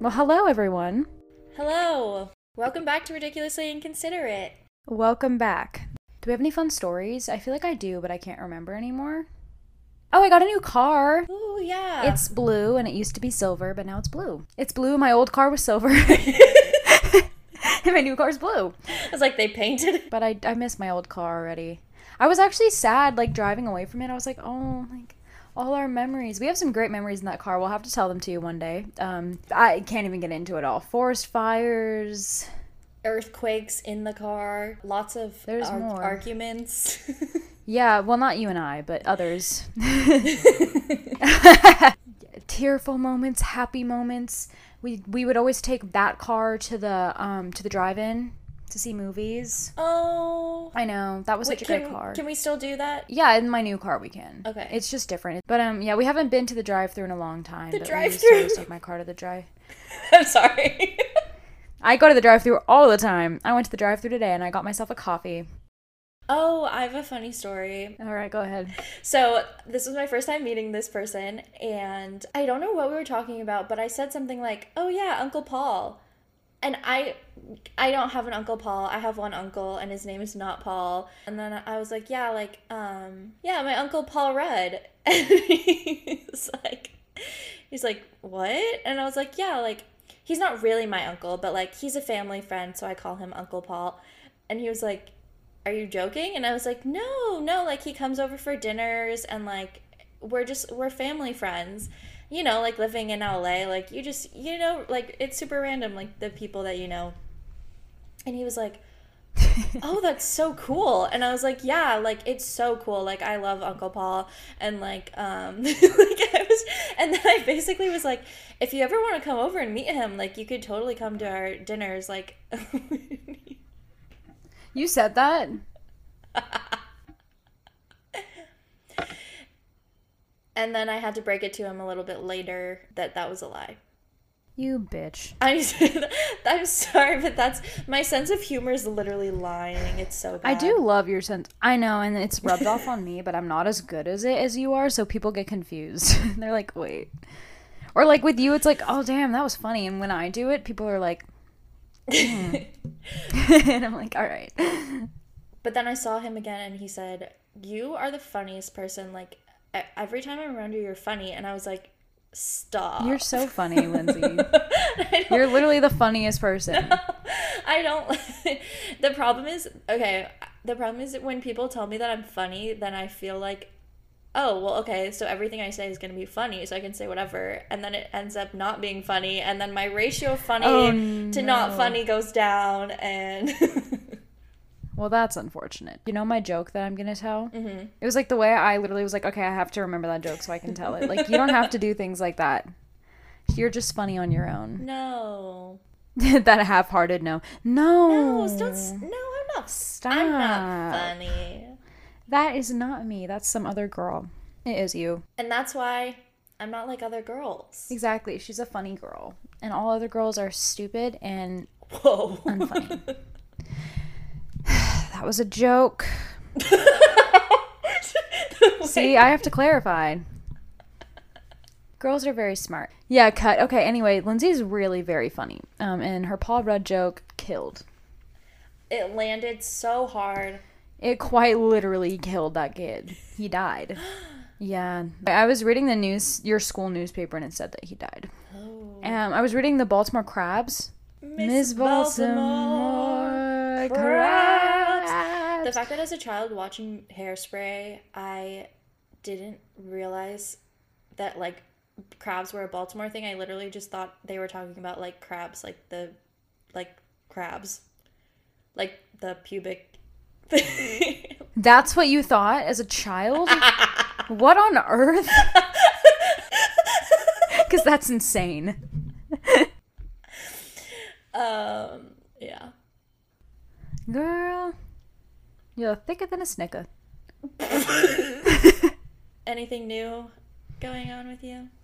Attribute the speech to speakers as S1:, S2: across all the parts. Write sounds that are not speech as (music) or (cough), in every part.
S1: Well, hello, everyone.
S2: Hello. Welcome back to Ridiculously Inconsiderate.
S1: Welcome back. Do we have any fun stories? I feel like I do, but I can't remember anymore. Oh, I got a new car.
S2: Ooh, yeah.
S1: It's blue, and it used to be silver, but now it's blue. It's blue. My old car was silver, (laughs) and my new car's blue.
S2: it's like they painted (laughs) it.
S1: But I, I miss my old car already. I was actually sad, like driving away from it. I was like, oh, like all our memories. We have some great memories in that car. We'll have to tell them to you one day. Um, I can't even get into it all. Forest fires.
S2: earthquakes in the car. Lots of
S1: There's
S2: ar-
S1: more.
S2: arguments.
S1: (laughs) Yeah, well, not you and I, but
S2: (laughs)
S1: others. (laughs) Tearful moments, happy moments. We we would always take that car to the um to the drive-in to see movies.
S2: oh.
S1: I know that was
S2: Wait,
S1: such a
S2: can,
S1: great car.
S2: can we still do that? (laughs)
S1: Yeah, in my new car we can.
S2: Okay.
S1: It's just different. But um yeah, we haven't been to the drive through in a long time. The
S2: drive-thru.
S1: take my car to the drive.
S2: I'm sorry. (laughs)
S1: I go to the drive through all the time. I went to the drive through today and I got myself a coffee.
S2: oh, I have a funny story.
S1: All right, go ahead.
S2: So, this was my first time meeting this person, and I don't know what we were talking about, but I said something like, "Oh yeah, Uncle Paul." And I I don't have an Uncle Paul. I have one uncle and his name is not Paul. And then I was like, "Yeah, like um yeah, my Uncle Paul Rudd." (laughs) And he's like he's like, "What?" And I was like, "Yeah, like he's not really my uncle, but like he's a family friend, so I call him Uncle Paul." And he was like, are you joking? And I was like, no, no, like he comes over for dinners and like we're just we're family friends. You know, like living in LA, like you just you know, like it's super random, like the people that you know. And he was like, Oh, that's so cool. And I was like, Yeah, like it's so cool. Like I love Uncle Paul and like um (laughs) like I was and then I basically was like, if you ever want to come over and meet him, like you could totally come to our dinners, like (laughs)
S1: You said that?
S2: And then I had to break it to him a little bit later that that was a lie. (laughs)
S1: You bitch.
S2: I, I'm sorry, but that's my sense of humor is literally lying. It's so
S1: I
S2: bad.
S1: do love your sense. I know, and it's rubbed off on me, but I'm not as good as it as you are, so people get confused. (laughs) They're like, wait. Or like with you, it's like, oh damn, that was funny. And when I do it, people are
S2: (laughs)
S1: like, hmm. (laughs) and I'm like, all right.
S2: But then I saw him again and he said, You are the funniest person. Like, e- every time I'm around you, you're funny. And I was like, Stop.
S1: You're so funny, Lindsay.
S2: (laughs) I don't,
S1: You're literally the funniest person.
S2: (laughs) I don't. (laughs) the problem is, okay, the problem is that when people tell me that I'm funny, then I feel like, oh, well, okay, so everything I say is going to be funny, so I can say whatever. And then it ends up not being funny. And then my ratio of funny
S1: Oh,
S2: to not
S1: no.
S2: funny goes down. And (laughs)
S1: Well, that's unfortunate. You know my joke that I'm gonna tell? Mm-hmm. It was like the way I literally was like, okay, I have to remember that joke so I can tell it. Like, you don't have to do things like that. You're just funny on your own. (laughs)
S2: no.
S1: that half-hearted no. No.
S2: No, don't. s- No, I'm not.
S1: Oh. Stop.
S2: I'm not funny.
S1: That is not me. That's some other girl. It is you.
S2: And that's why I'm not like
S1: (laughs)
S2: other girls.
S1: Exactly. She's a funny girl. And all other girls are stupid and
S2: Whoa.
S1: unfunny. that was a joke. See, I have to clarify. Girls are very smart. Yeah, cut. Okay, anyway, Lindsay's really very funny. Um, and her Paul Rudd joke killed.
S2: it landed so hard.
S1: It quite literally killed that kid. He died. Yeah. I was reading the news, your school newspaper, and it said that he died.
S2: Oh.
S1: Um, I was reading the Baltimore Crabs. Miss Baltimore Crabs.
S2: The fact that as a child watching Hairspray, I didn't realize that like crabs were a Baltimore thing. I literally just thought they were talking about like crabs, like the like crabs, like the pubic. thing. (laughs)
S1: That's what you thought as a (laughs) child? what on earth? (laughs) Because that's insane.
S2: um. Yeah.
S1: Girl, you're thicker than a snicker.
S2: Anything new going on with you? (laughs)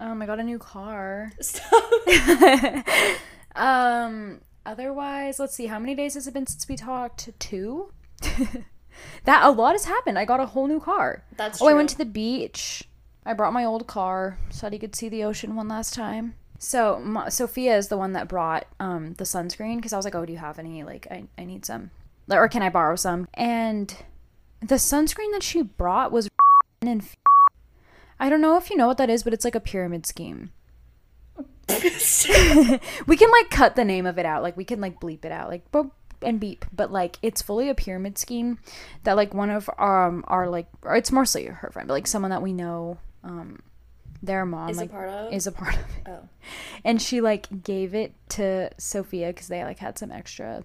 S1: Um, I got a new car.
S2: Stop.
S1: (laughs) Um, otherwise, let's see, how many days has it been since we talked? Two? (laughs) that a lot has happened. I got a whole new car.
S2: That's
S1: oh, I went to
S2: true.
S1: the beach. I brought my old car so that he could see the ocean one last time. So Ma- Sophia is the one that brought um, the sunscreen because I was like, oh, do you have any? Like, I, I need some. Like, Or can I borrow some? And the sunscreen that she brought was (laughs) and I don't know if you know what that is, but it's like a pyramid scheme. (laughs) We can like cut the name of it out. Like we can like bleep it out. Like boop and beep. But like it's fully a pyramid scheme that like one of um our like or it's mostly her friend, but like someone that we know um their mom
S2: Is a
S1: like
S2: part of?
S1: is a part of it.
S2: oh.
S1: And she like gave it to Sophia because they like had some extra.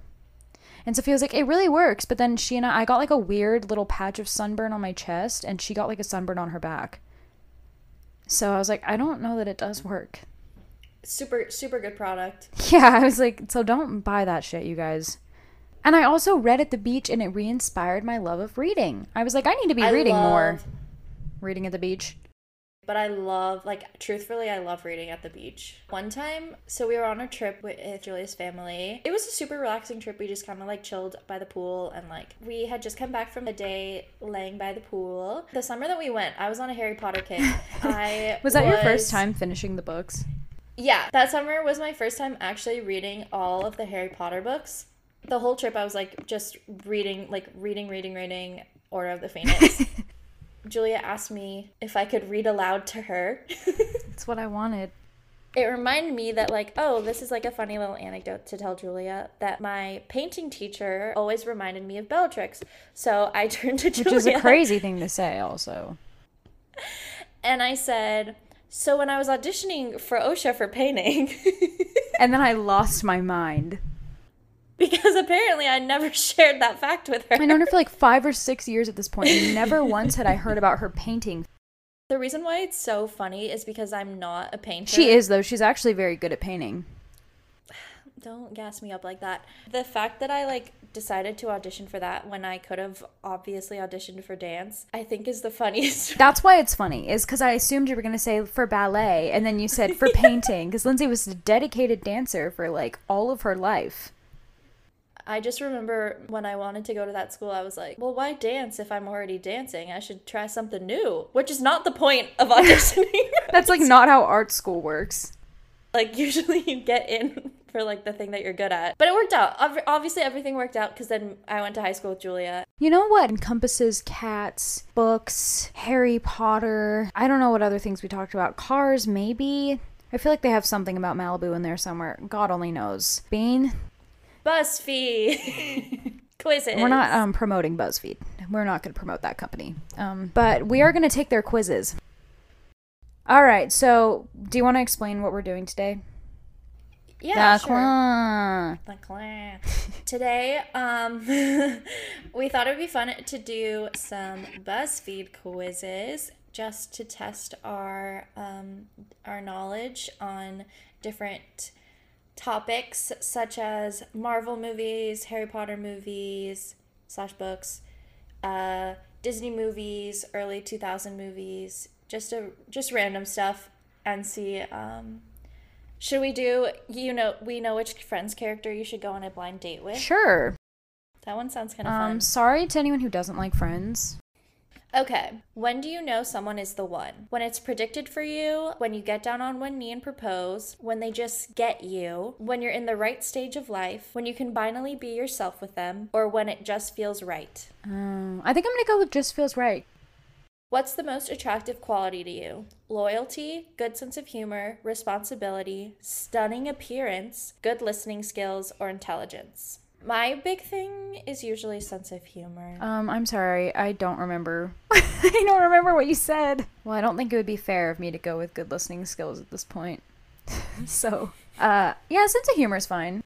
S1: And Sophia was like, it really works. But then she and I, I got like a weird little patch of sunburn on my chest, and she got like a sunburn on her back. So I was like, I don't know that it does work.
S2: Super, super good product.
S1: (laughs) Yeah, I was like, so don't buy that shit, you guys. And I also read at the beach and it re inspired my love of reading. I was like, I need to be
S2: I
S1: reading more.
S2: love-
S1: Reading at the beach.
S2: But I love, like, truthfully, I love reading at the beach. One time, so we were on a trip with Julia's family. It was a super relaxing trip. We just kind of like chilled by the pool and like we had just come back from a day laying by the pool. The summer that we went, I was on a Harry
S1: (laughs)
S2: Potter kick. I
S1: Was that your first time finishing the books?
S2: Yeah, that summer was my first time actually reading all of the Harry Potter books. The whole trip, I was like just reading, like reading, reading, reading Order of
S1: (laughs)
S2: the Phoenix. Julia asked me if I could read aloud to her. (laughs)
S1: It's what I wanted.
S2: it reminded me that like oh this is like a funny little anecdote to tell julia that my painting teacher always reminded me of bellatrix so i (laughs) turned to
S1: Which is
S2: julia
S1: a crazy thing to say, also.
S2: and i said so when i was auditioning for osha for painting (laughs)
S1: And then I lost my mind.
S2: (laughs) because apparently i never (laughs) shared that fact with her
S1: I
S2: (laughs)
S1: known her for like five or six years at this point, and never once had I heard about her painting.
S2: the reason why it's so funny is because i'm not a painter
S1: She is, though. She's actually very good at painting.
S2: don't gas me up like that the fact that i like decided to audition for that when i could have obviously auditioned for dance i think is the (laughs) funniest
S1: That's why it's funny, is because I assumed you were going to say for ballet, and then you said for painting, because Lindsay was a dedicated dancer for like all of her life.
S2: I just remember when I wanted to go to that school, I was like, well, why dance if I'm already dancing? I should try something new, which is not the point of (laughs) auditioning.
S1: That's like not how art school works.
S2: like, usually you get in (laughs) for like the thing that you're good at. But it worked out. Ob- Obviously, everything worked out because then I went to high school with Julia.
S1: You know what encompasses cats, books, Harry Potter? I don't know what other things we talked about. Cars, maybe? I feel like they have something about Malibu in there somewhere. God only knows. Bean, (laughs)
S2: BuzzFeed quizzes.
S1: We're not um, promoting BuzzFeed. We're not going to promote that company.
S2: Mm-hmm.
S1: Um, but we are going to take their quizzes. All right. So, do you want to explain what we're doing today?
S2: Yeah,
S1: The
S2: sure.
S1: clan.
S2: The clan. Today, um, (laughs) we thought it would be fun to do some BuzzFeed quizzes just to test our um, our knowledge on different topics such as Marvel movies, Harry Potter movies slash books, uh, Disney movies, early two thousand movies, just a just random stuff, and see. Um, should we do you know we know which friend's character you should go on a blind date with?
S1: Sure.
S2: That one sounds kind of
S1: Um,
S2: fun.
S1: sorry to anyone who doesn't like Friends.
S2: Okay. When do you know someone is the one? When it's predicted for you, when you get down on one knee and propose, when they just get you, when you're in the right stage of life, when you can finally be yourself with them, or when it just feels right.
S1: Um, I think I'm going to go with Just Feels Right.
S2: What's the most attractive quality to you? Loyalty, good sense of humor, responsibility, stunning appearance, good listening skills, or intelligence? My big thing is usually sense of humor.
S1: Um, I'm sorry. I don't remember. (laughs) I don't remember what you said. Well, I don't think it would be fair of me to go with good listening skills at this point. (laughs) so, uh, yeah, sense of humor is fine.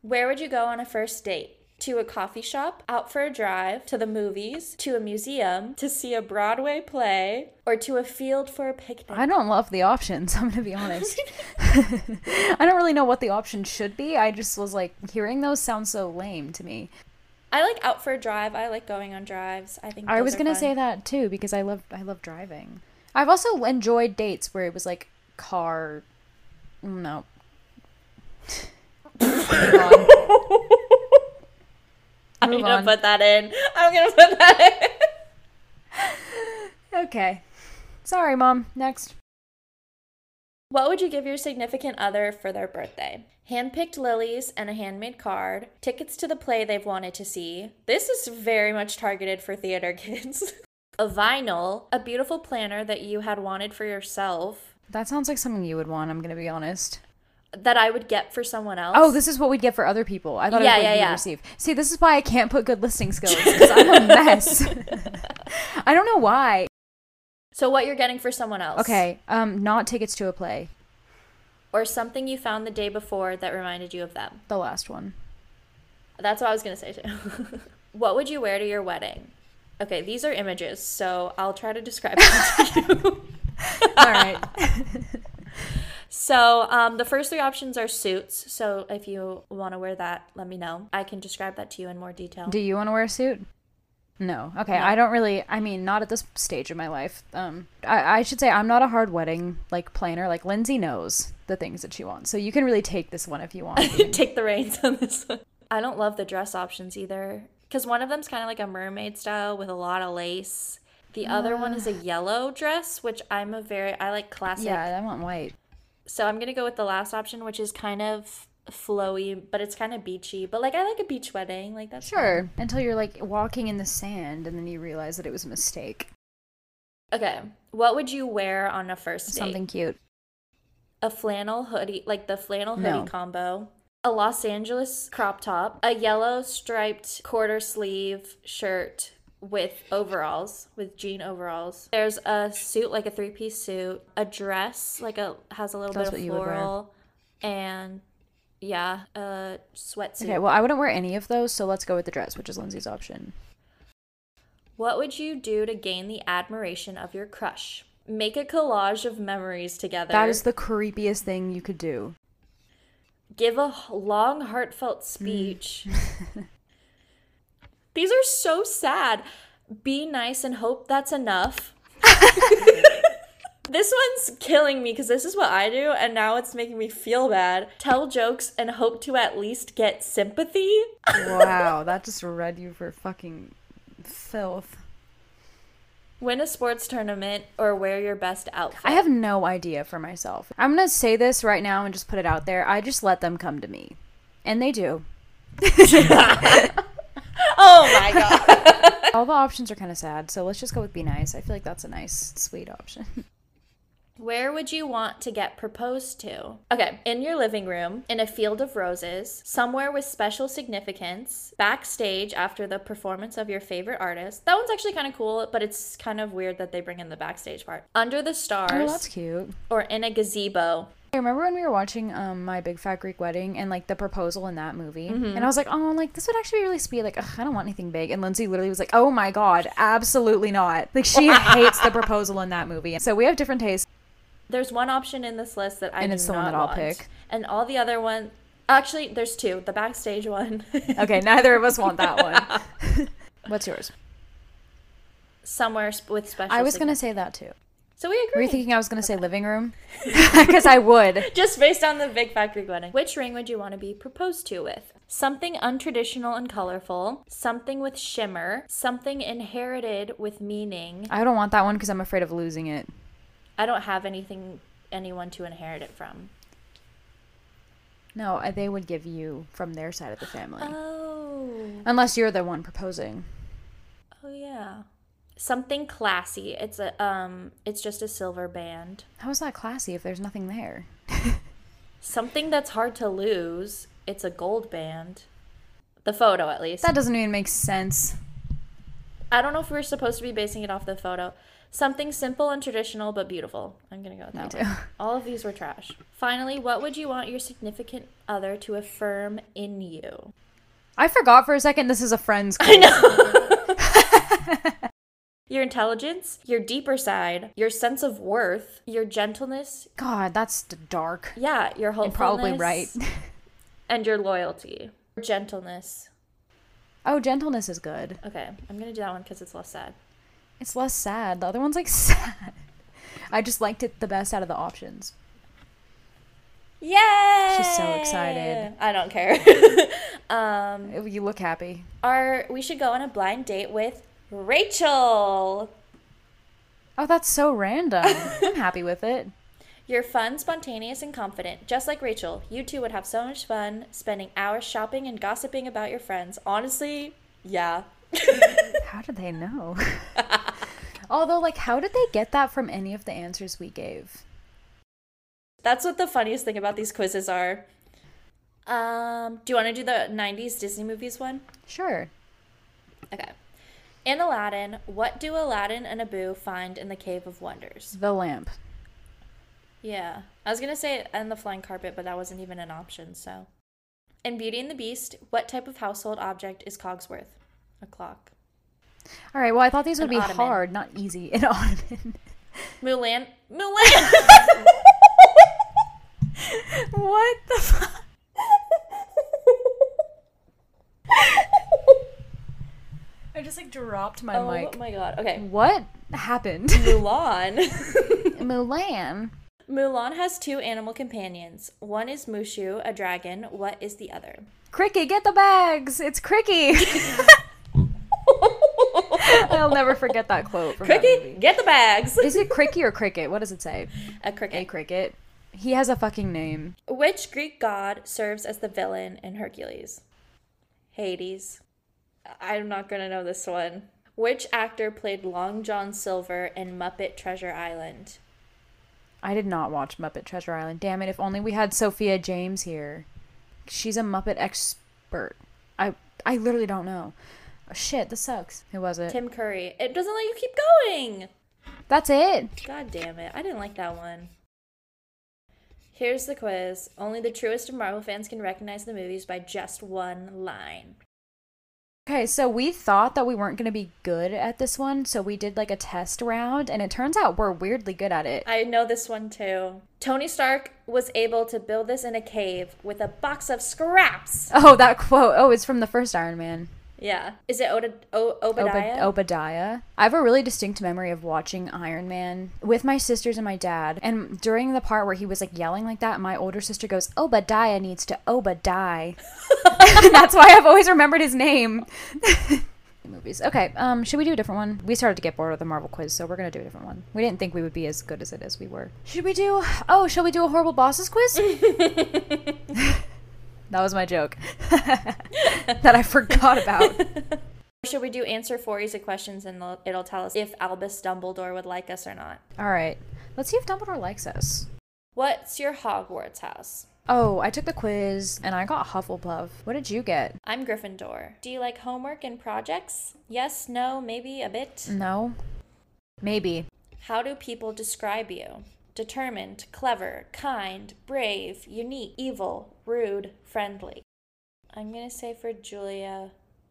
S2: Where would you go on a first date? To a coffee shop, out for a drive, to the movies, to a museum, to see a Broadway play, or to a field for a picnic?
S1: I don't love the options, (laughs) I'm gonna be honest. I don't really know what the option should be. I just was like, hearing those sounds so lame to me.
S2: I like out for a drive. I like going on drives. I think
S1: I
S2: those
S1: was
S2: are
S1: gonna
S2: fun.
S1: say that too because I love I love driving. I've also enjoyed dates where it was like car.
S2: (laughs)
S1: No. Move on.
S2: (laughs) I'm
S1: Move
S2: gonna
S1: on.
S2: put that in. I'm gonna put that in. (laughs)
S1: Okay. Sorry, mom. Next.
S2: What would you give your significant other for their birthday? Handpicked lilies and a handmade card, tickets to the play they've wanted to see. This is very much targeted for theater (laughs) kids. a vinyl, a beautiful planner that you had wanted for yourself
S1: That sounds like something you would want, I'm going to be honest.
S2: that I would get for someone else.
S1: Oh, this is what we'd get for other people. I thought it
S2: Yeah,
S1: was what
S2: yeah,
S1: you
S2: yeah.
S1: receive. See, this is why I can't put good listing skills
S2: (laughs)
S1: because I'm a mess. (laughs) I don't know why.
S2: So what you're getting for someone else.
S1: Okay, um, not tickets to a play.
S2: Or something you found the day before that reminded you of them.
S1: The last one.
S2: That's what I was going to say too. (laughs) what would you wear to your wedding? Okay, these are images, so I'll try to describe them
S1: (laughs)
S2: to you.
S1: All right.
S2: (laughs) So um, the first three options are suits. So if you want to wear that, let me know. I can describe that to you in more detail.
S1: Do you want to wear a suit? No. Okay. I don't really. I mean, not at this stage of my life. Um, I, I should say I'm not a hard wedding like planner. Like Lindsay knows the things that she wants, so you can really take this one if you
S2: (laughs)
S1: want.
S2: Take the reins on this one. I don't love the dress options either, because one of them's kind of like a mermaid style with a lot of lace. The other one is a yellow dress, which I'm a very I like classic.
S1: yeah, I want white.
S2: So I'm gonna go with the last option, which is kind of flowy, but it's kind of beachy. But like I like a beach wedding, like that's
S1: Sure. Until you're like walking in the sand, and then you realize that it was a mistake.
S2: Okay, what would you wear on a first date?
S1: Something cute.
S2: a flannel hoodie, like the flannel hoodie
S1: No.
S2: combo, a Los Angeles crop top, a yellow striped quarter sleeve shirt with overalls, with jean overalls. There's a suit, like a three piece suit, a dress, like a has a little
S1: That's
S2: bit
S1: what
S2: of
S1: you would wear.
S2: floral, and yeah, a sweatsuit.
S1: Okay. Well, I wouldn't wear any of those, so let's go with the dress, which is Lindsay's option.
S2: What would you do to gain the admiration of your crush? Make a collage of memories together.
S1: That is the creepiest thing you could do.
S2: give a h- long heartfelt speech these are so sad be nice and hope that's enough this one's killing me because this is what i do and now it's making me feel bad tell jokes and hope to at least get sympathy
S1: (laughs) Wow, that just read you for fucking filth.
S2: win a sports tournament or wear your best outfit
S1: (laughs) I have no idea for myself. I'm going to say this right now and just put it out there. I just let them come to me. And they (laughs) do.
S2: oh my god
S1: All the options are kind of sad, so let's just go with be nice. I feel like that's a nice, sweet option.
S2: where would you want to get proposed to okay in your living room in a field of roses somewhere with special significance backstage after the performance of your favorite artist that one's actually kind of cool but it's kind of weird that they bring in the backstage part under
S1: (laughs)
S2: the
S1: Oh,
S2: stars
S1: that's cute.
S2: or in a gazebo
S1: I remember when we were watching um, My Big Fat Greek Wedding and like the proposal in that movie, and I was like, oh, like this would actually really be like, ugh, I don't want anything big. And Lindsay literally was like, oh my god, absolutely not. Like (laughs) she hates the proposal in that movie. So we have different tastes.
S2: there's one option in this list that i
S1: And
S2: do
S1: it's the one
S2: not
S1: that I'll
S2: want.
S1: pick.
S2: and all the other one actually there's two the backstage one (laughs)
S1: Okay, neither of us want that one. (laughs) What's yours?
S2: somewhere sp- with special
S1: I was gonna
S2: significance.
S1: say that too.
S2: so we
S1: Were
S2: agree
S1: you thinking I was going to say living room? (laughs) Because I would.
S2: Just based on the Big Fat Greek wedding. Which ring would you want to be proposed to with? Something untraditional and colorful, something with shimmer, something inherited with meaning.
S1: I don't want that one because I'm afraid of losing it.
S2: I don't have anything, anyone to inherit it from.
S1: No, I- they would give you from their side of the family.
S2: Oh,
S1: Unless you're the one proposing.
S2: oh yeah. Something classy. It's a um. It's just a silver band.
S1: How is that classy if there's nothing there?
S2: Something that's hard to lose. It's a gold band. The photo, at least.
S1: That doesn't even make sense. (laughs)
S2: I don't know if we're supposed to be basing it off the photo. Something simple and traditional but beautiful. I'm gonna go with that.
S1: Me
S2: one.
S1: too.
S2: All of these were trash. Finally, what would you want your significant other to affirm in you?
S1: I forgot for a second this is a friend's I know.
S2: Your intelligence, your deeper side, your sense of worth, your gentleness,
S1: God, that's d- dark.
S2: yeah, your
S1: You're
S2: hopefulness,
S1: probably right.
S2: and your loyalty, gentleness.
S1: Oh, gentleness is good.
S2: Okay, I'm gonna do that one because it's less sad.
S1: It's less sad. The other one's like (laughs) sad. I just liked it the best out of the options.
S2: Yay!
S1: She's so excited.
S2: I don't care. (laughs) um,
S1: You look happy.
S2: our we should go on a blind date with Rachel.
S1: Oh, that's so random. I'm happy with it.
S2: You're fun, spontaneous, and confident, just like Rachel. You two would have so much fun spending hours shopping and gossiping about your friends. Honestly, yeah. (laughs)
S1: How did they know? (laughs) Although, like, how did they get that from any of the answers we gave?
S2: That's what the funniest thing about these quizzes are. Um, do you want to do the 90s Disney movies one?
S1: Sure.
S2: Okay. In Aladdin, what do Aladdin and Abu find in the Cave of Wonders?
S1: The lamp.
S2: Yeah. I was going to say and the flying carpet, but that wasn't even an option, so. In Beauty and the Beast, what type of household object is Cogsworth? A clock.
S1: All right. Well, I thought these would be
S2: An ottoman.
S1: hard, not easy. (laughs) An ottoman.
S2: (laughs) Mulan. Mulan!
S1: what the fuck? I just like dropped my
S2: oh
S1: mic.
S2: my god. Okay.
S1: What happened?
S2: Mulan.
S1: (laughs)
S2: (laughs)
S1: Mulan.
S2: Mulan has two animal companions. One is Mushu, a dragon. What is the other?
S1: (laughs) Cricky, get the bags. It's Cricky. (laughs) I'll never forget that quote. From that
S2: Cricket,
S1: movie.
S2: get the
S1: (laughs)
S2: bags.
S1: Is it Cricky or Cricket? What does it say?
S2: A
S1: A
S2: cricket.
S1: cricket. He has a fucking name.
S2: Which Greek god serves as the villain in Hercules? Hades. I'm not gonna know this one. Which actor played Long John Silver in Muppet Treasure Island?
S1: I did not watch Muppet Treasure Island. Damn it! If only we had Sophia James here. She's a Muppet expert. I I literally don't know. Oh, Shit, this sucks. Who was it?
S2: Tim Curry. It doesn't let you keep going.
S1: That's it.
S2: God damn it. I didn't like that one. Here's the quiz. Only the truest of Marvel fans can recognize the movies by just one line.
S1: Okay, so we thought that we weren't going to be good at this one, so we did like a test round, and it turns out we're weirdly good at it.
S2: I know this one too. Tony Stark was able to build this in a cave with a box of scraps.
S1: Oh, that quote. Oh, it's from the first Iron Man.
S2: Yeah. Is it Oda- o-
S1: Obad-
S2: Obadiah?
S1: Obadiah. I have a really distinct memory of watching Iron Man with my sisters and my dad. And during the part where he was like yelling like that, my older sister goes, Obadiah needs to Obadiah. (laughs) and that's why I've always remembered his name. (laughs) Movies. Okay, um, should we do a different one? We started to get bored of the Marvel quiz, so we're gonna do a different one. We didn't think we would be as good as it as we were. Should we do? Oh, shall we do a horrible bosses quiz? (laughs) that was my joke (laughs) that I forgot about.
S2: Should we do answer four easy questions and it'll- it'll tell us if Albus Dumbledore would like us or not?
S1: All right. Let's see if Dumbledore likes us.
S2: What's your Hogwarts house?
S1: Oh, I took the quiz and I got Hufflepuff. What did you get?
S2: I'm Gryffindor. Do you like homework and projects? Yes, no, maybe a bit.
S1: No. Maybe.
S2: How do people describe you? Determined, clever, kind, brave, unique, evil, rude, friendly. I'm gonna say for Julia,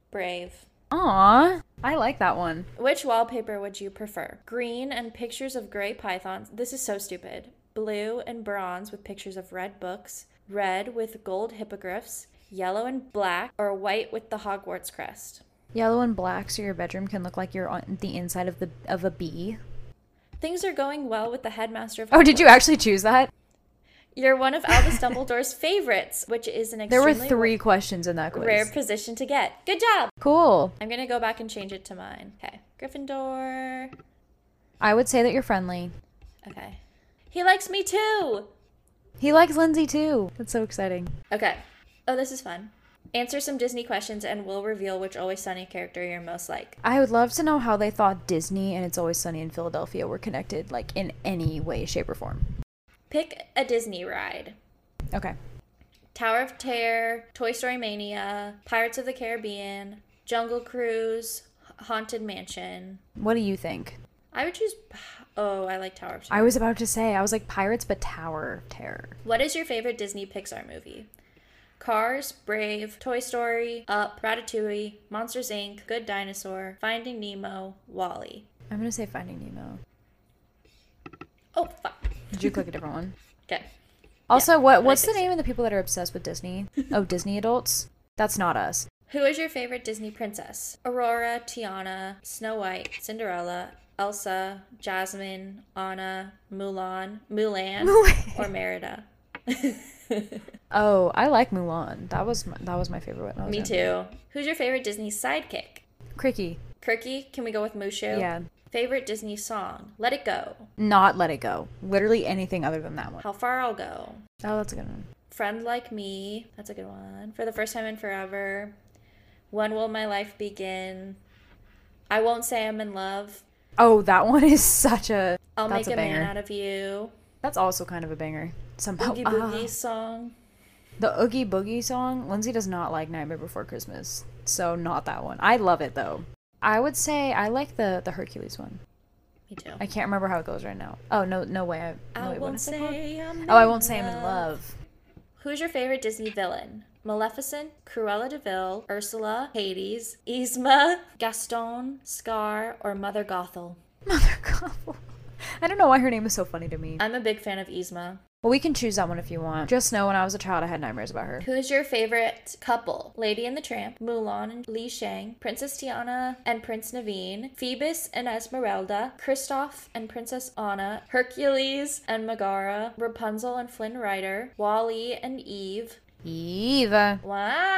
S2: brave.
S1: Aw. I like that one.
S2: Which wallpaper would you prefer? Green and pictures of gray pythons. This is so stupid. Blue and bronze with pictures of red books. Red with gold hippogriffs. Yellow and black. Or white with the Hogwarts crest.
S1: Yellow and black so your bedroom can look like you're on the inside of the of a bee.
S2: Things are going well with the headmaster of
S1: Oh, did you
S2: Hogwarts.
S1: actually choose that?
S2: You're one of
S1: (laughs)
S2: Albus Dumbledore's favorites, which is an
S1: There were
S2: extremely
S1: three questions in that quiz.
S2: rare position to get. Good job.
S1: Cool.
S2: I'm gonna go back and change it to mine. Okay, Gryffindor.
S1: I would say that you're friendly.
S2: Okay, he likes me too.
S1: He likes Lindsay too. That's so exciting.
S2: Okay. Oh, this is fun. Answer some Disney questions, and we'll reveal which Always Sunny character you're most like.
S1: I would love to know how they thought Disney and It's Always Sunny in Philadelphia were connected, like in any way, shape, or form.
S2: Pick a Disney ride:
S1: Okay.
S2: Tower of Terror, Toy Story Mania, Pirates of the Caribbean, Jungle Cruise, Haunted Mansion.
S1: What do you think?
S2: I would choose. Oh, I like Tower of Terror.
S1: I was about to say, I was like Pirates, but Tower of Terror.
S2: What is your favorite Disney Pixar movie? Cars, Brave, Toy Story, Up, Ratatouille, Monsters Inc., Good Dinosaur, Finding Nemo, Wally.
S1: I'm gonna say Finding Nemo.
S2: Oh, fuck.
S1: Did you click a different one?
S2: Okay.
S1: (laughs) Also, what what's the
S2: think so.
S1: name of the people that are obsessed with (laughs) Disney? Oh, Disney adults. That's not us.
S2: Who is your favorite Disney princess? Aurora, Tiana, Snow White, Cinderella, Elsa, Jasmine, Anna, Mulan,
S1: (laughs)
S2: Mulan,
S1: Mulan.
S2: or Merida? (laughs)
S1: Oh, I like Mulan. That was my, that was my favorite one. when I was
S2: Me
S1: young.
S2: too. Who's your favorite Disney sidekick?
S1: Cricky.
S2: Kirky, can we go with Mushu?
S1: Yeah.
S2: Favorite Disney song? Let It Go.
S1: Not Let It Go. Literally anything other than that one.
S2: How Far I'll Go.
S1: Oh, that's a good one.
S2: Friend Like Me. That's a good one. For the first time in forever. When Will My Life Begin? I Won't Say I'm in Love.
S1: Oh, that (laughs) one is such a.
S2: I'll
S1: That's
S2: Make
S1: a
S2: a, Man
S1: banger.
S2: Out of You.
S1: That's also kind of a banger. Somehow.
S2: Boogie
S1: Ah.
S2: Boogie song.
S1: The Oogie Boogie song, Lindsay does not like Nightmare Before Christmas, so not that one. I love it though. I would say I like the the Hercules one.
S2: Me too.
S1: I can't remember how it goes right now. Oh no, no way. I, no,
S2: I
S1: wait, what
S2: won't
S1: is it called?
S2: say I'm
S1: Oh, I won't say I'm in love. (laughs)
S2: Who's your favorite Disney villain? Maleficent, Cruella de Vil, Ursula, Hades, Yzma, Gaston, Scar, or Mother Gothel?
S1: Mother God. I don't know why her name is so funny to me.
S2: I'm a big fan of Yzma.
S1: Well, we can choose that one if you want. Just know when I was a child, I had nightmares about her.
S2: Who's your favorite couple? Lady and the Tramp, Mulan and Li Shang, Princess Tiana and Prince Naveen, Phoebus and Esmeralda, Kristoff and Princess Anna, Hercules and Megara, Rapunzel and Flynn Rider, Wally and Eve,
S1: Eva.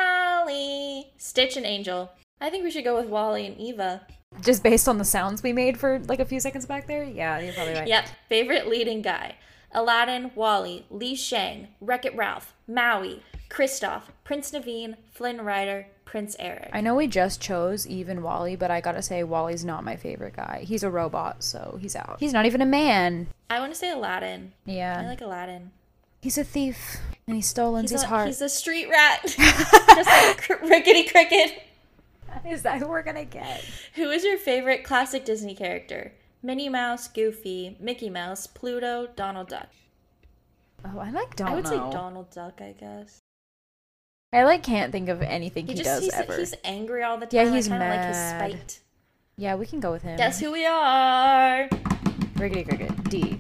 S2: Wally, Stitch and Angel. I think we should go with Wally and Eva.
S1: Just based on the sounds we made for like a few seconds back there. Yeah, you're probably right.
S2: Yep, favorite leading guy. Aladdin, Wally, Lee Shang, Wreck It Ralph, Maui, Kristoff, Prince Naveen, Flynn Rider, Prince Eric.
S1: I know we just chose Eve and Wally, but I gotta say Wally's not my favorite guy. He's a robot, so he's out. He's not even a man.
S2: I want to say Aladdin.
S1: Yeah.
S2: I like Aladdin.
S1: he's a thief. And he stole Lindsay's
S2: a,
S1: heart. (laughs)
S2: he's a street rat. (laughs) Just like cr- Rickety Cricket.
S1: Is that who we're gonna get?
S2: Who is your favorite classic Disney character? Minnie Mouse, Goofy, Mickey Mouse, Pluto, Donald Duck.
S1: Oh, I like Donald.
S2: I
S1: I
S2: would say Donald Duck, I guess.
S1: I like can't think of anything
S2: He,
S1: he,
S2: just
S1: does
S2: he's,
S1: ever.
S2: he's angry all the
S1: Yeah,
S2: time. I
S1: he's
S2: kinda
S1: mad.
S2: Like his spite.
S1: Yeah, we can go with him.
S2: Guess who we are?
S1: Riggedy Griggit. D.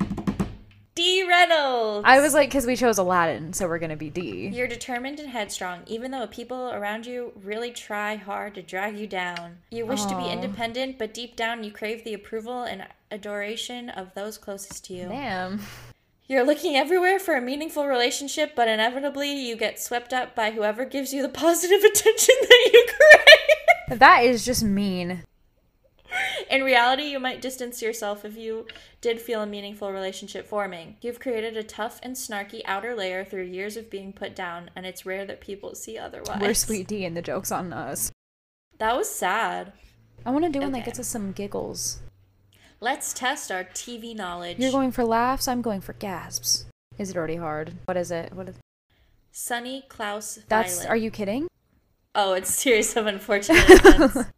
S2: D Reynolds.
S1: I was like, because we chose Aladdin, so we're gonna be D.
S2: You're determined and headstrong, even though people around you really try hard to drag you down. You wish to be
S1: Aw.
S2: independent, but deep down you crave the approval and adoration of those closest to you.
S1: Damn.
S2: You're looking everywhere for a meaningful relationship, but inevitably you get swept up by whoever gives you the (laughs) positive attention that you crave.
S1: That is just mean.
S2: In reality, you might distance yourself if you did feel a meaningful relationship forming. You've created a tough and snarky outer layer through years of being put down, and it's rare that people see otherwise.
S1: We're sweet D, and the joke's on us.
S2: That was sad.
S1: I want to do one that
S2: Okay.
S1: gets us some giggles.
S2: Let's test our TV knowledge.
S1: You're going for laughs, I'm going for gasps. Is it already hard? What is it? What is
S2: Sunny Klaus
S1: That's
S2: Violet.
S1: are you kidding?
S2: Oh, it's series
S1: (laughs)
S2: of unfortunate events.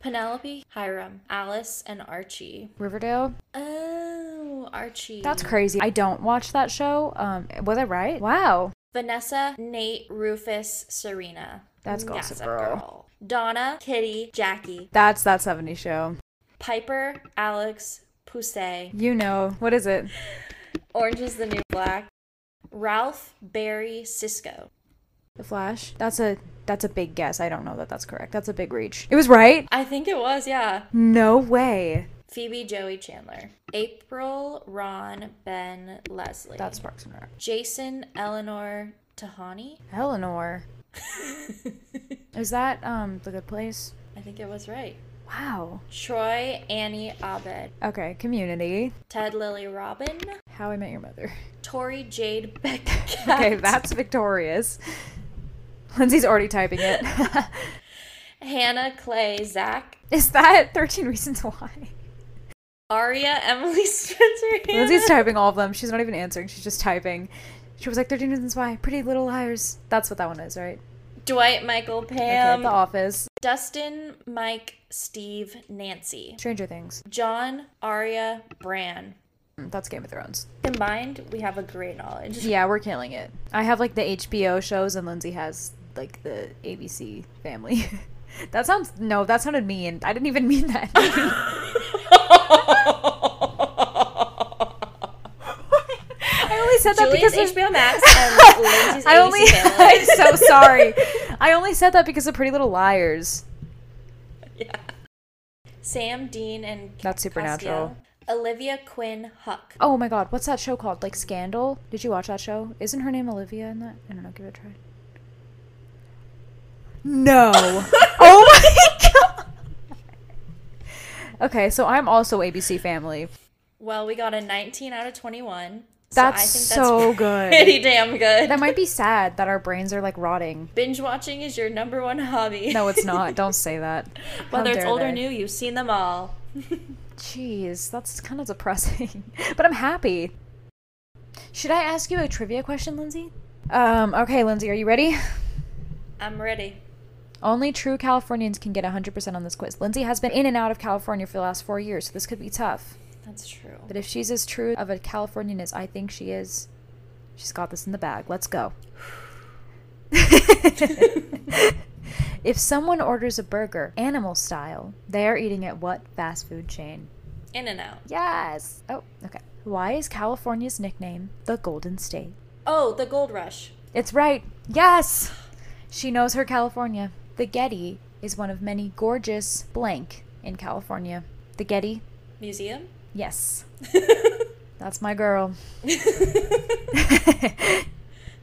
S2: Penelope, Hiram, Alice, and Archie.
S1: Riverdale?
S2: Oh, Archie.
S1: That's crazy. I don't watch that show. Um was I right? Wow.
S2: Vanessa, Nate, Rufus, Serena.
S1: That's Gossip
S2: Gossip
S1: Girl.
S2: Donna, Kitty, Jackie,
S1: That's that 70 show.
S2: Piper, Alex, Poussey,
S1: You know. What is it?
S2: Orange is the New Black, Ralph, Barry, Cisco.
S1: The Flash? That's a that's a big guess. I don't know that that's correct. That's a big reach. It was right?
S2: I think it was, yeah.
S1: No way.
S2: Phoebe, Joey, Chandler, April, Ron, Ben, Leslie,
S1: That's Parks and Rec.
S2: Jason, Eleanor, Tahani.
S1: (laughs) Eleanor. Is that um the good place?
S2: I think it was right.
S1: Wow.
S2: Troy, Annie, Abed,
S1: Okay, community.
S2: Ted, Lily, Robin,
S1: How I Met Your Mother.
S2: Tori, Jade, (laughs) Beck.
S1: Okay, that's victorious. Lindsay's already typing it.
S2: Hannah, Clay, Zach,
S1: Is that 13 Reasons Why?
S2: Aria, (laughs) Emily, Spencer, Hannah.
S1: Lindsay's typing all of them. She's not even answering. She's just typing. She was like, 13 Reasons Why, Pretty Little Liars. That's what that one is, right?
S2: Dwight, Michael,
S1: Okay,
S2: Pam,
S1: The Office.
S2: Dustin, Mike, Steve, Nancy,
S1: Stranger Things.
S2: John, Aria, Bran.
S1: Mm, That's Game of Thrones.
S2: Combined, we have a
S1: (laughs)
S2: great knowledge.
S1: Yeah, we're killing it. I have like the HBO shows, and Lindsay has like the ABC family. (laughs) that sounds. No, that sounded mean. I didn't even mean that. (laughs) I only said that
S2: Julian's
S1: because of- (laughs)
S2: HBO Max and Lindsay's
S1: I only. (laughs)
S2: ABC Family.
S1: I'm so sorry. I only said that because of Pretty Little Liars.
S2: Yeah. Sam, Dean, and
S1: That's Supernatural.
S2: Castiel. Olivia Quinn Huck.
S1: Oh my God, what's that show called? Like Scandal? Did you watch that show? Isn't her name Olivia in that? I don't know. Give it a try.
S2: (laughs)
S1: No. oh my God. Okay, so I'm also ABC Family.
S2: Well, we got a 19 out of 21.
S1: That's
S2: (laughs)
S1: so good.
S2: pretty damn good.
S1: That might be sad that our brains are like rotting.
S2: Binge watching is your number one hobby.
S1: No, it's
S2: (laughs)
S1: not. Don't say that. How
S2: Whether it's
S1: dare
S2: old or
S1: they.
S2: new, you've seen them all.
S1: Jeez, that's kind of depressing. (laughs) but I'm happy. Should I ask you a trivia question, Lindsay? Um, okay, Lindsay, are you ready?
S2: I'm ready.
S1: Only true Californians can get 100% on this quiz. Lindsay has been in and out of California for the last four years, so this could be tough.
S2: That's true.
S1: But if she's as true of a Californian as I think she is, she's got this in the bag. Let's go. (laughs) if someone orders a burger animal style, they are eating at what fast food chain?
S2: In and out.
S1: Yes. Oh, okay. Why is California's nickname the Golden State?
S2: Oh, the gold rush. (gasps)
S1: It's right. Yes. She knows her California. The Getty is one of many gorgeous blank in California. The Getty?
S2: Museum?
S1: (laughs) Yes. That's my girl.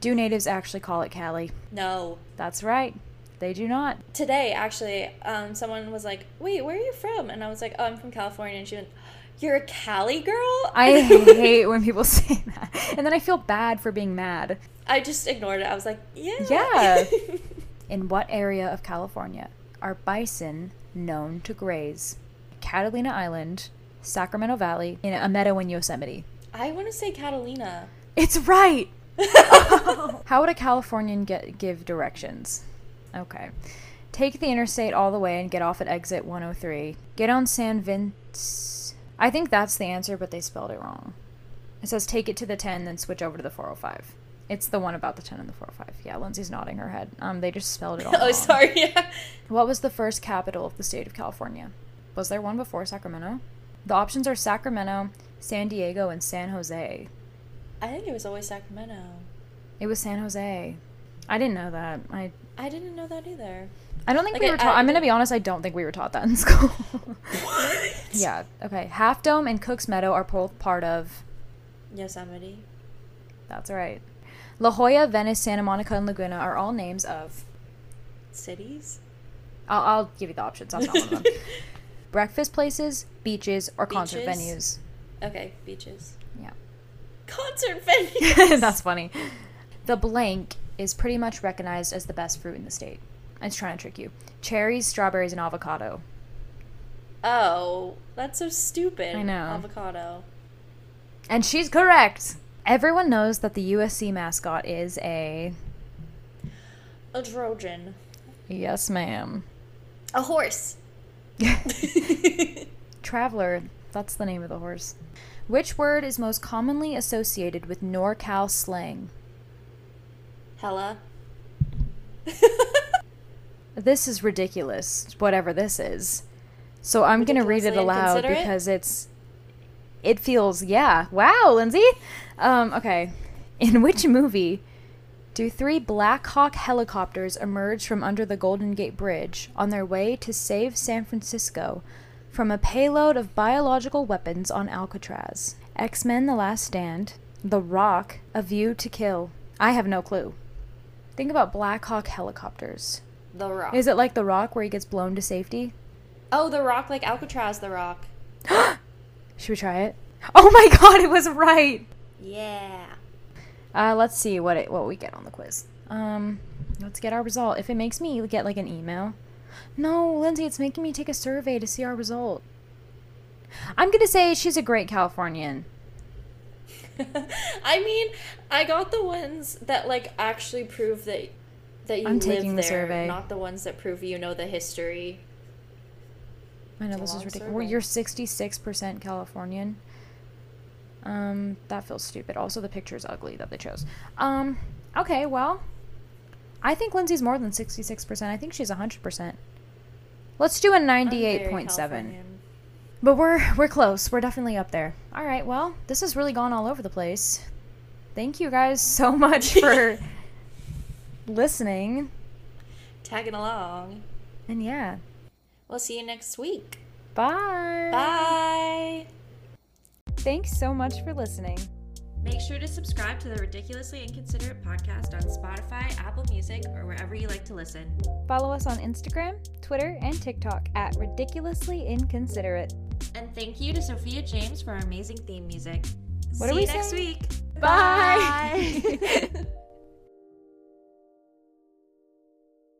S1: do natives actually call it Cali?
S2: no.
S1: That's right. They do not.
S2: Today, actually, um, someone was like, Wait, where are you from? And I was like, Oh, I'm from California. And she went, You're a Cali girl? (laughs)
S1: I hate when people (laughs) say that. And then I feel bad for being mad.
S2: I just ignored it. I was like, Yeah.
S1: Yeah. In what area of California are bison known to graze? Catalina Island, Sacramento Valley, in a meadow in Yosemite.
S2: (laughs) I want to say Catalina.
S1: It's right. (laughs) How would a Californian get give directions? Okay. Take the interstate all the way and get off at exit 103. Get on San Vince. I think that's the answer, but they spelled it wrong. It says take it to the 10, then switch over to the 405. It's the one about the 10 and the 405. Yeah, Lindsay's nodding her head. Um, they just
S2: (laughs)
S1: spelled it all.
S2: oh,
S1: wrong.
S2: sorry. Yeah.
S1: What was the first capital of the state of California? Was there one before Sacramento? The options are Sacramento, San Diego, and San Jose.
S2: I think it was always Sacramento.
S1: It was San Jose. I didn't know that. I
S2: I didn't know that either.
S1: I don't think
S2: Like,
S1: we
S2: I-
S1: were taught. I'm
S2: I-
S1: gonna be honest. I don't think we were taught that in (laughs) school.
S2: What?
S1: yeah. Okay. Half Dome and Cook's Meadow are both part of.
S2: Yosemite.
S1: That's right. La Jolla, Venice, Santa Monica, and Laguna are all names of.
S2: Cities?
S1: I'll, I'll give you the options. That's not one
S2: (laughs)
S1: of them. Breakfast places, beaches, or concert
S2: Beaches.
S1: venues.
S2: okay, beaches.
S1: Yeah.
S2: Concert
S1: (laughs)
S2: venues.
S1: That's funny. The blank is pretty much recognized as the best fruit in the state. I was trying to trick you. Cherries, strawberries, and avocado.
S2: Oh, that's so stupid.
S1: I know.
S2: Avocado.
S1: And she's correct. Everyone knows that the USC mascot is a
S2: A Trojan.
S1: yes, ma'am.
S2: A horse.
S1: (laughs) Traveler, that's the name of the horse. Which word is most commonly associated with NorCal slang?
S2: (laughs) Hella.
S1: This is ridiculous, whatever this is. So I'm going to read it
S2: Ridiculously
S1: aloud
S2: inconsiderate?
S1: because it's. It feels, yeah. Wow, Lindsay! Um, okay. In which movie do three Black Hawk helicopters emerge from under the Golden Gate Bridge on their way to save San Francisco from a payload of biological weapons on Alcatraz? X Men The Last Stand, The Rock, A View to Kill. I have no clue. Think about Black Hawk helicopters.
S2: (laughs) the Rock.
S1: Is it like The Rock where he gets blown to safety?
S2: oh, The Rock, like Alcatraz, The Rock.
S1: Should we try it? (laughs) Oh my god, it was right.
S2: Yeah.
S1: Uh, let's see what it, what we get on the quiz. Um, let's get our result. If it makes me get like an email. No, Lindsay, it's making me take a survey to see our result. I'm gonna say she's a great Californian.
S2: (laughs) I mean, I got the ones that like actually prove that that you
S1: I'm
S2: live
S1: taking the
S2: there,
S1: survey.
S2: not the ones that prove you know the history.
S1: I know
S2: It's a
S1: this
S2: long
S1: is ridiculous.
S2: survey.
S1: Well, You're 66% Californian. Um, that feels stupid. Also, the picture's ugly that they chose. Um, okay, well, I think Lindsay's more than 66%. I think she's 100%. Let's do a
S2: I'm very
S1: 98.7.
S2: Californian.
S1: But we're we're close. We're definitely up there. All right. Well, this has really gone all over the place. Thank you guys so (laughs) much
S2: (laughs)
S1: for listening.
S2: Tagging along.
S1: And yeah.
S2: We'll see you next week.
S1: Bye.
S2: Bye.
S1: Thanks so much for listening.
S2: Make sure to subscribe to the Ridiculously Inconsiderate podcast on Spotify, Apple Music, or wherever you like to listen.
S1: Follow us on Instagram, Twitter, and TikTok at Ridiculously Inconsiderate.
S2: And thank you to Sophia James for our amazing theme music.
S1: What
S2: See
S1: are we
S2: you next
S1: saying?
S2: week.
S1: Bye. (laughs)
S2: Bye.